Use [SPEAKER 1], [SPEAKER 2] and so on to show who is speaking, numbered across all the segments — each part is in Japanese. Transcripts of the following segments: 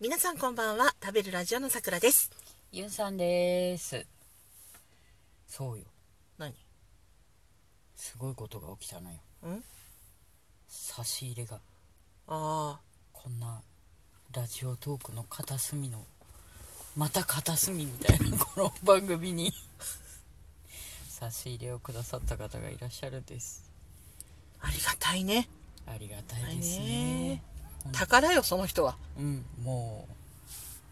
[SPEAKER 1] 皆さんこんばんは食べるラジオのさくらです
[SPEAKER 2] ゆうさんですそうよ
[SPEAKER 1] 何
[SPEAKER 2] すごいことが起きたのよ
[SPEAKER 1] うん
[SPEAKER 2] 差し入れが
[SPEAKER 1] ああ
[SPEAKER 2] こんなラジオトークの片隅のまた片隅みたいなこの番組に 差し入れをくださった方がいらっしゃるんです
[SPEAKER 1] ありがたいね
[SPEAKER 2] ありがたいですね
[SPEAKER 1] 宝よその人は
[SPEAKER 2] うんも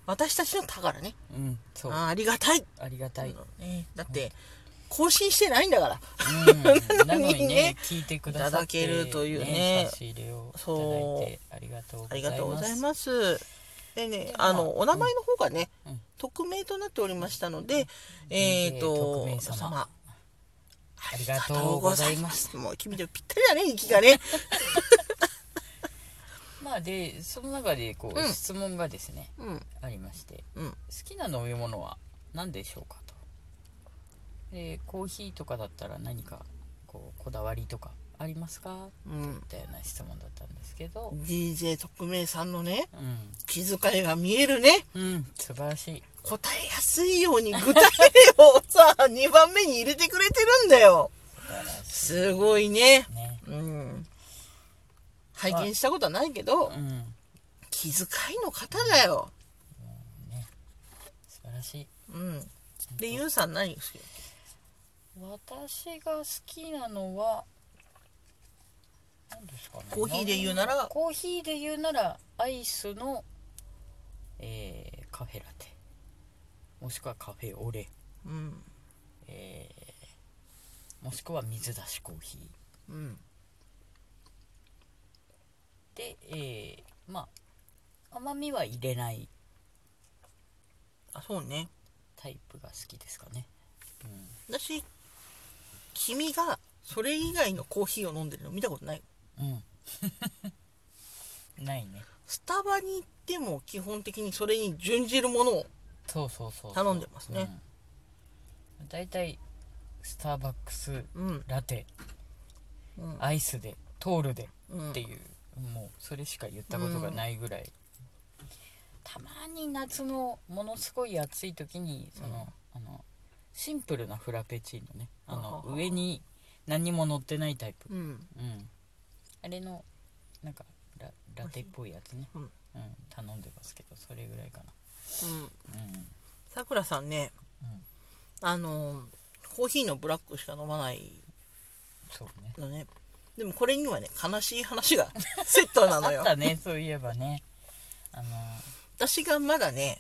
[SPEAKER 1] 私たちの宝ね
[SPEAKER 2] ううんそう
[SPEAKER 1] あーありがたい、
[SPEAKER 2] ありがたい、
[SPEAKER 1] ね、だって更新してないんだから
[SPEAKER 2] うん、なの
[SPEAKER 1] に
[SPEAKER 2] に
[SPEAKER 1] ね
[SPEAKER 2] ね聞いてくださって
[SPEAKER 1] いただけるというね
[SPEAKER 2] 差し入れをいただいてありがとうご
[SPEAKER 1] あ
[SPEAKER 2] ざいます
[SPEAKER 1] りがとうございますでね
[SPEAKER 2] で
[SPEAKER 1] あ
[SPEAKER 2] まあ
[SPEAKER 1] のお名前の方がね、
[SPEAKER 2] うん
[SPEAKER 1] 匿名となっておりましたので、えっ、ー、と
[SPEAKER 2] 匿名様
[SPEAKER 1] あ
[SPEAKER 2] あ
[SPEAKER 1] り
[SPEAKER 2] り
[SPEAKER 1] が
[SPEAKER 2] が
[SPEAKER 1] と
[SPEAKER 2] と
[SPEAKER 1] う
[SPEAKER 2] う
[SPEAKER 1] ご
[SPEAKER 2] ご
[SPEAKER 1] ざ
[SPEAKER 2] ざ
[SPEAKER 1] い
[SPEAKER 2] い
[SPEAKER 1] ま
[SPEAKER 2] ますす
[SPEAKER 1] もう君とぴったりだね息がね
[SPEAKER 2] まあでその中でこう、
[SPEAKER 1] うん
[SPEAKER 2] 質問がですね
[SPEAKER 1] うん
[SPEAKER 2] ありまして
[SPEAKER 1] うん
[SPEAKER 2] 好きな飲み物は何でしょうかとでコーヒーとかだったら何かこうこだわりとかありますか
[SPEAKER 1] うん
[SPEAKER 2] みたいな質問だったんですけど
[SPEAKER 1] DJ 特命さんのね
[SPEAKER 2] う
[SPEAKER 1] 気遣いが見えるね
[SPEAKER 2] ん、うん、素晴らしい
[SPEAKER 1] 答えやすいように具体例をさ2番目に入れてくれてるんだよ
[SPEAKER 2] 素晴らし
[SPEAKER 1] すごいね
[SPEAKER 2] いね
[SPEAKER 1] うん拝見したことはないけど
[SPEAKER 2] うん
[SPEAKER 1] 気遣いの方だよ
[SPEAKER 2] ね素晴らしい
[SPEAKER 1] うんでゆうさん何好き
[SPEAKER 2] 私が好きなのは何ですかね
[SPEAKER 1] コーヒーで言うなら
[SPEAKER 2] コーヒーで言うならアイスの、えーカフェラテもしくはカフェオレ、
[SPEAKER 1] うん
[SPEAKER 2] えーもしくは水出しコーヒ
[SPEAKER 1] うん
[SPEAKER 2] ーで、えーまあ甘みは入れない
[SPEAKER 1] あそうね
[SPEAKER 2] タイプが好きですかね、うん、
[SPEAKER 1] 私君がそれ以外のコーヒーを飲んでるの見たことない
[SPEAKER 2] うん ないね
[SPEAKER 1] スタバに行っても基本的にそれに準じるものを
[SPEAKER 2] そうそうそうそう
[SPEAKER 1] 頼んでますね、
[SPEAKER 2] うん、だいたいスターバックス
[SPEAKER 1] うん
[SPEAKER 2] ラテ
[SPEAKER 1] うん
[SPEAKER 2] アイスでトールで
[SPEAKER 1] うん
[SPEAKER 2] っていう、もうそれしか言ったことがないぐらい、たまに夏のものすごい暑い時にその、あのシンプルなフラペチーノねあ
[SPEAKER 1] はは
[SPEAKER 2] の
[SPEAKER 1] は
[SPEAKER 2] 上に何も乗ってないタイプ、
[SPEAKER 1] うん
[SPEAKER 2] うん、あれのなんかララテっぽいやつね、
[SPEAKER 1] う
[SPEAKER 2] うんん頼んでますけどそれぐらいか
[SPEAKER 1] うん
[SPEAKER 2] な、うん
[SPEAKER 1] さくらさんね
[SPEAKER 2] うん、
[SPEAKER 1] あのコーヒーのブラックしか飲まない
[SPEAKER 2] そうね
[SPEAKER 1] のねでもこれにはね悲しい話 がセットなの
[SPEAKER 2] あ
[SPEAKER 1] よ
[SPEAKER 2] ったねそういえばねあの
[SPEAKER 1] 私がまだね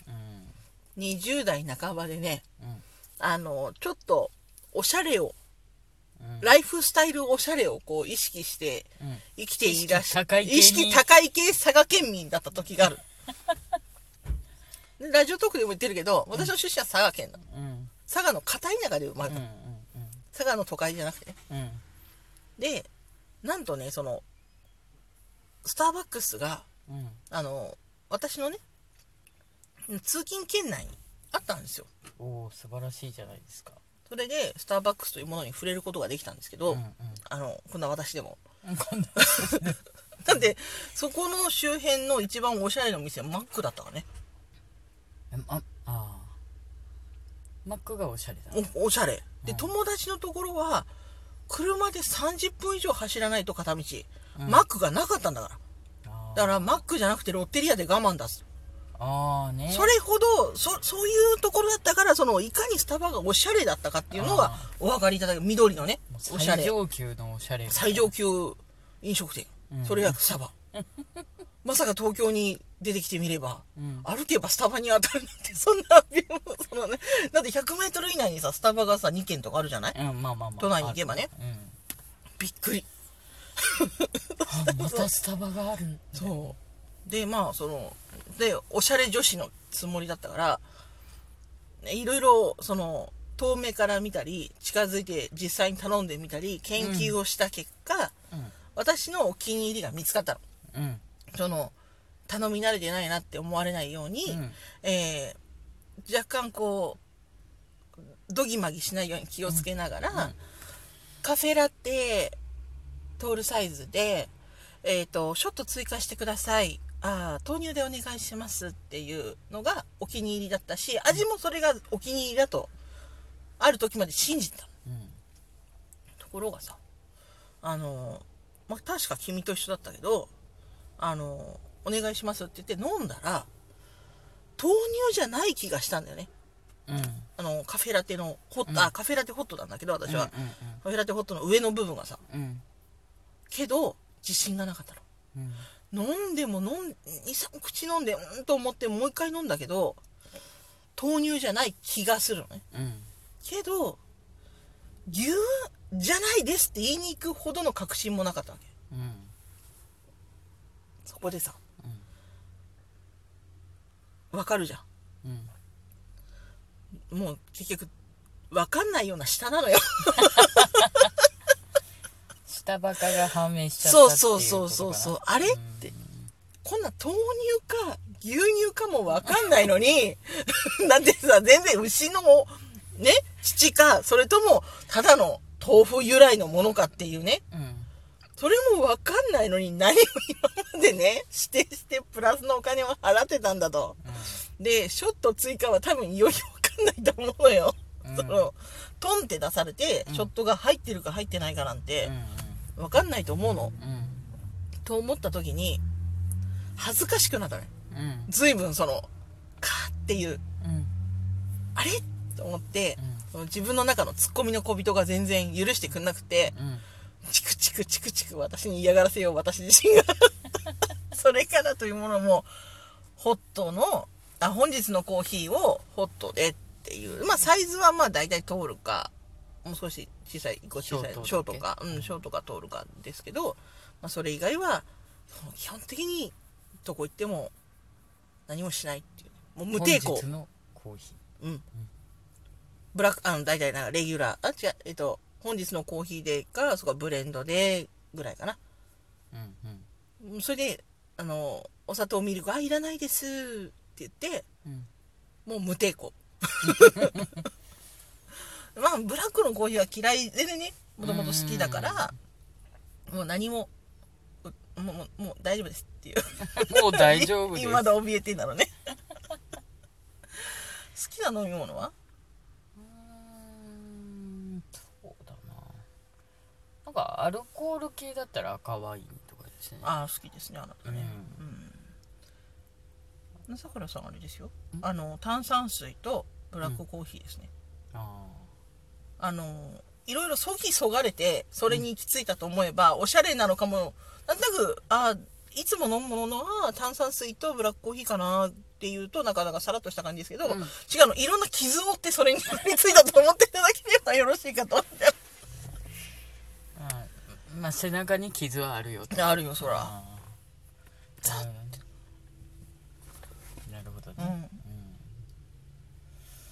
[SPEAKER 2] う
[SPEAKER 1] 20代半ばでね
[SPEAKER 2] ん
[SPEAKER 1] あのちょっとおしゃれを
[SPEAKER 2] うんうん
[SPEAKER 1] ライフスタイルおしゃれをこう意識して
[SPEAKER 2] うん
[SPEAKER 1] 生きていらっしゃ
[SPEAKER 2] 意識高い系に
[SPEAKER 1] 意識高い系佐賀県民だった時があるでラジオトークでも言ってるけど私の出身は佐賀県だ
[SPEAKER 2] うん
[SPEAKER 1] 佐賀の片田舎で生まれ
[SPEAKER 2] う
[SPEAKER 1] た、
[SPEAKER 2] ん
[SPEAKER 1] 佐賀の都会じゃなくてね
[SPEAKER 2] うんうん
[SPEAKER 1] でなんとねそのスターバックスが
[SPEAKER 2] うん
[SPEAKER 1] あの私のね通勤圏内にあったんですよ
[SPEAKER 2] おお素晴らしいじゃないですか。
[SPEAKER 1] それでスターバックスというものに触れることができたんですけど、
[SPEAKER 2] うん
[SPEAKER 1] あのこんな私でも
[SPEAKER 2] うん。 こんな
[SPEAKER 1] なんでそこの周辺の一番おしゃれなお店マックだったわね
[SPEAKER 2] えああー。マックがおしゃれだ。
[SPEAKER 1] おおしゃれで、
[SPEAKER 2] うん
[SPEAKER 1] 友達のところは車で30分以上走らないと片道、
[SPEAKER 2] うん
[SPEAKER 1] マックがなかったんだから
[SPEAKER 2] あ
[SPEAKER 1] だか
[SPEAKER 2] ー
[SPEAKER 1] らマックじゃなくてロッテリアで我慢だす
[SPEAKER 2] あーね。
[SPEAKER 1] それほどそそういうところだったからそのいかにスタバがおしゃれだったかっていうのが
[SPEAKER 2] あ
[SPEAKER 1] お分かりいただける緑のね
[SPEAKER 2] もう
[SPEAKER 1] おしゃ
[SPEAKER 2] 最
[SPEAKER 1] れ
[SPEAKER 2] 上級のおしゃれ。
[SPEAKER 1] 最上級飲食店、
[SPEAKER 2] うん
[SPEAKER 1] それがスタバ まさか東京に出てきてみれば、
[SPEAKER 2] うん
[SPEAKER 1] 歩けばスタバに当たるなんてそんなその、ね、だって 100m 以内にさスタバがさ2軒とかあるじゃない
[SPEAKER 2] うんまあまあまあ。
[SPEAKER 1] 都内に行けばね
[SPEAKER 2] ある。うん。
[SPEAKER 1] びっくり
[SPEAKER 2] あまたスタバがある。
[SPEAKER 1] そうでまあそのでおしゃれ女子のつもりだったからねいろいろその遠目から見たり近づいて実際に頼んでみたり研究をした結果、
[SPEAKER 2] う
[SPEAKER 1] 私のお気に入りが見つかったの
[SPEAKER 2] んうん
[SPEAKER 1] その頼み慣れてないなって思われないように、
[SPEAKER 2] うん
[SPEAKER 1] えー若干こうどぎまぎしないように気をつけながら、カフェラテトールサイズで、えー、とショット追加してくださいああ豆乳でお願いしますっていうのがお気に入りだったし味もそれがお気に入りだとある時まで信じてたの
[SPEAKER 2] うん
[SPEAKER 1] ところがさあの、まあ、確か君と一緒だったけどあのお願いしますって言って飲んだら豆乳じゃない気がしたんだよね
[SPEAKER 2] うん
[SPEAKER 1] あのカフェラテのホット、
[SPEAKER 2] うん
[SPEAKER 1] あカフェラテホットなんだけど私は、
[SPEAKER 2] う
[SPEAKER 1] カフェラテホットの上の部分がさ
[SPEAKER 2] んうん
[SPEAKER 1] けど自信がなかったの
[SPEAKER 2] うん
[SPEAKER 1] 飲んでも飲ん23口飲んでうんと思ってもう一回飲んだけど豆乳じゃない気がするのね
[SPEAKER 2] うん
[SPEAKER 1] けど牛じゃないですって言いに行くほどの確信もなかったわけ
[SPEAKER 2] うんうん
[SPEAKER 1] そこでさわかるじゃ
[SPEAKER 2] うん
[SPEAKER 1] んもう結局わかんないような舌なのよ
[SPEAKER 2] 下バカが判明しちゃった
[SPEAKER 1] そう
[SPEAKER 2] っていう
[SPEAKER 1] そうそうそうそうあれっ
[SPEAKER 2] ん
[SPEAKER 1] てこんな豆乳か牛乳かもわかんないのに だってさ全然牛のね乳かそれともただの豆腐由来のものかっていうね
[SPEAKER 2] うん
[SPEAKER 1] それもわかんないのに何を今までね指定してプラスのお金を払ってたんだとでショット追加は多分いよいよわかんないと思うのよ、
[SPEAKER 2] うん
[SPEAKER 1] そのトンって出されて、ショットが入ってるか入ってないかなんて
[SPEAKER 2] うん
[SPEAKER 1] わかんないと思うの、
[SPEAKER 2] うん
[SPEAKER 1] と思った時に恥ずかしくなったね
[SPEAKER 2] うんうん
[SPEAKER 1] 随分そのかーっていう
[SPEAKER 2] うん
[SPEAKER 1] あれと思って、その自分の中のツッコミの小人が全然許してくんなくて
[SPEAKER 2] うん
[SPEAKER 1] チクチクチクチク私に嫌がらせよう私自身が それからというものもホットのあ本日のコーヒーをホットでっていうまあサイズはまあ大体通るかもう少し小さい一個小さいシ
[SPEAKER 2] ショート
[SPEAKER 1] ョ
[SPEAKER 2] だっけ
[SPEAKER 1] ートかうんショートか通るかですけど、まあ、それ以外は基本的にどこ行っても何もしないっていうもう無抵抗
[SPEAKER 2] 本日のコーヒ
[SPEAKER 1] うん。ブラック、あの、大体なんかレギュラー、あ、違う、えっと、本日のコーヒーでか、そこはブレンドで、ぐらいかな。
[SPEAKER 2] ーうんうん
[SPEAKER 1] うんそれで、あの、お砂糖ミルク、あ、いらないですって言って、
[SPEAKER 2] うん
[SPEAKER 1] もう無抵抗。 まあ、ブラックのコーヒーは嫌いでね、もともと好きだから、もう何も、うもう、もうもう大丈夫ですっていう。
[SPEAKER 2] もう大丈夫 です
[SPEAKER 1] 今だ怯えてんだろうね。 好きな飲み物は
[SPEAKER 2] うーんそうだななんかアルコール系だったら赤ワインとかですね
[SPEAKER 1] ああ好きですねあなたね
[SPEAKER 2] う
[SPEAKER 1] うんさくらさんあれですよあの炭酸水とブラックコーヒーですね、
[SPEAKER 2] あ
[SPEAKER 1] あのいろいろそぎそがれてそれに行き着いたと思えば、おしゃれなのかもなんとなくああいつも飲むものは炭酸水とブラックコーヒーかなっていうとなかなかさらっとした感じですけど、
[SPEAKER 2] うん
[SPEAKER 1] 違うのいろんな傷を負ってそれにたどり着いたと思っていただければよろしいかと
[SPEAKER 2] ーあーまあ背中に傷はあるよ と
[SPEAKER 1] あるよそら、
[SPEAKER 2] あーなるほど
[SPEAKER 1] う
[SPEAKER 2] ね
[SPEAKER 1] ん、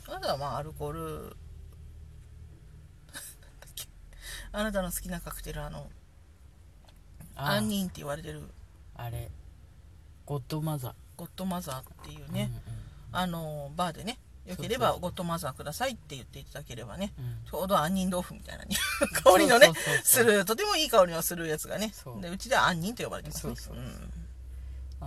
[SPEAKER 1] あなたはまあアルコール なんだっけあなたの好きなカクテルあの
[SPEAKER 2] あ
[SPEAKER 1] 杏仁って言われてる
[SPEAKER 2] あれゴッドマザ
[SPEAKER 1] ゴッドマザーっていう
[SPEAKER 2] ー
[SPEAKER 1] ね、
[SPEAKER 2] う
[SPEAKER 1] あのバーでねよけれ
[SPEAKER 2] そう
[SPEAKER 1] ば
[SPEAKER 2] そう
[SPEAKER 1] ゴッドマザーくださいって言っていただければね
[SPEAKER 2] んうんうん
[SPEAKER 1] ちょうど杏仁豆腐みたいなね香りのね
[SPEAKER 2] そうそうそう
[SPEAKER 1] す
[SPEAKER 2] そう
[SPEAKER 1] るとてもいい香りのするやつがね
[SPEAKER 2] そう
[SPEAKER 1] でうちでは杏仁と呼ばれてますね
[SPEAKER 2] そうそううそうんまあ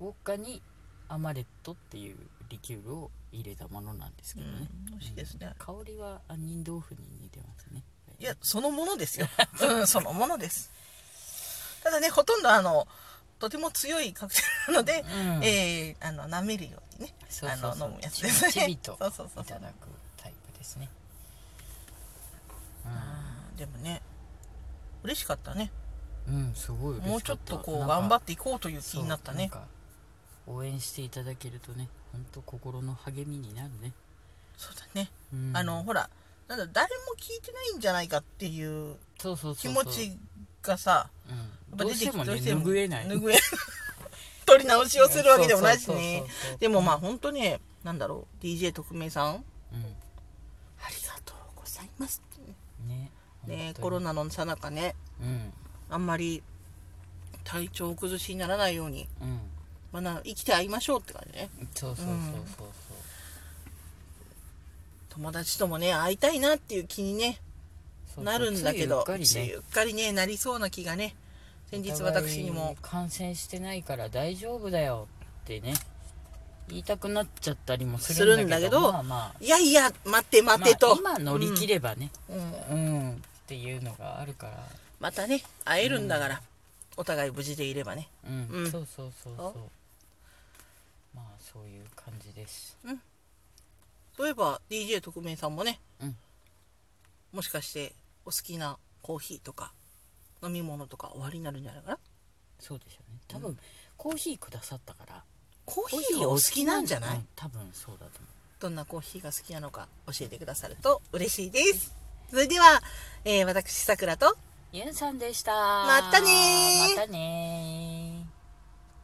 [SPEAKER 2] あのウォッカにアマレットっていうリキュールを入れたものなんですけどね、
[SPEAKER 1] うん美味しいですね
[SPEAKER 2] うん香りは杏仁豆腐に似てますね
[SPEAKER 1] いや、そのものですよ。うん、そのものです。ただね、ほとんどあの、とても強いカクテルなので、
[SPEAKER 2] うん
[SPEAKER 1] えーあの、舐めるようにね、
[SPEAKER 2] そうそう
[SPEAKER 1] あ
[SPEAKER 2] そ
[SPEAKER 1] の、
[SPEAKER 2] う
[SPEAKER 1] 飲むやつですね。
[SPEAKER 2] ちびちびとい
[SPEAKER 1] そ
[SPEAKER 2] ただ
[SPEAKER 1] うそうそうそう。
[SPEAKER 2] くタイプですね
[SPEAKER 1] うんでもね、嬉しかったね。
[SPEAKER 2] うん、うん、すごい嬉しかた
[SPEAKER 1] もうちょっとこう、頑張
[SPEAKER 2] っ
[SPEAKER 1] っていこうという
[SPEAKER 2] て
[SPEAKER 1] 気になったね。
[SPEAKER 2] 応援していただけるとね本当心の励みになるね、
[SPEAKER 1] そうだね。
[SPEAKER 2] うん
[SPEAKER 1] あの、ほら、なんだ、誰も聞いてないんじゃないかっていう
[SPEAKER 2] そうそう
[SPEAKER 1] 気
[SPEAKER 2] そうそ
[SPEAKER 1] 持
[SPEAKER 2] う、
[SPEAKER 1] ちがさ、
[SPEAKER 2] うん、
[SPEAKER 1] やっぱ
[SPEAKER 2] どう
[SPEAKER 1] 出
[SPEAKER 2] して
[SPEAKER 1] き
[SPEAKER 2] もね
[SPEAKER 1] どうしても
[SPEAKER 2] 拭えない
[SPEAKER 1] 拭え 取り直しをするわけでもないしね
[SPEAKER 2] そうそうそうそう
[SPEAKER 1] でもまあ本当ねなんだろう DJ 特命さんあ
[SPEAKER 2] う
[SPEAKER 1] りがとうございます
[SPEAKER 2] んね
[SPEAKER 1] ね
[SPEAKER 2] 本当に
[SPEAKER 1] コロナのさなかね
[SPEAKER 2] うん
[SPEAKER 1] あんまり体調を崩しにならないように、
[SPEAKER 2] うん
[SPEAKER 1] まあ、な生きて会いましょうって感じね
[SPEAKER 2] そうそうそうそう
[SPEAKER 1] 友達ともね会いたいなっていう気にね
[SPEAKER 2] そう、
[SPEAKER 1] なるんだけど
[SPEAKER 2] ついうっかり
[SPEAKER 1] つ
[SPEAKER 2] ね
[SPEAKER 1] いうっかりねなりそうな気がね先日私に
[SPEAKER 2] お互
[SPEAKER 1] も
[SPEAKER 2] い感染してないから大丈夫だよってね言いたくなっちゃったりもするんだけ
[SPEAKER 1] するんだけ
[SPEAKER 2] ど
[SPEAKER 1] ど
[SPEAKER 2] まあま
[SPEAKER 1] 「いやいや待って
[SPEAKER 2] あ
[SPEAKER 1] 待てと」
[SPEAKER 2] まあ、今乗り切ればね
[SPEAKER 1] うん、うん
[SPEAKER 2] うん、っていうのがあるから
[SPEAKER 1] またね会えるんだから、お互い無事でいればね
[SPEAKER 2] うん、
[SPEAKER 1] うん
[SPEAKER 2] そうそうそうそう
[SPEAKER 1] お
[SPEAKER 2] まあそういう感じです
[SPEAKER 1] そういえば DJ 特命さんもね、
[SPEAKER 2] うん
[SPEAKER 1] もしかしてお好きなコーヒーとか飲み物とかおありになるんじゃないかな
[SPEAKER 2] そうでしょうね多分、コーヒーくださったから
[SPEAKER 1] コーヒーお好きなんじゃない、
[SPEAKER 2] うん多分そうだと思
[SPEAKER 1] どんなコーヒーが好きなのか教えてくださると嬉しいですそれでは、えー私さくらと
[SPEAKER 2] うゆんさんでした
[SPEAKER 1] またねー
[SPEAKER 2] またねー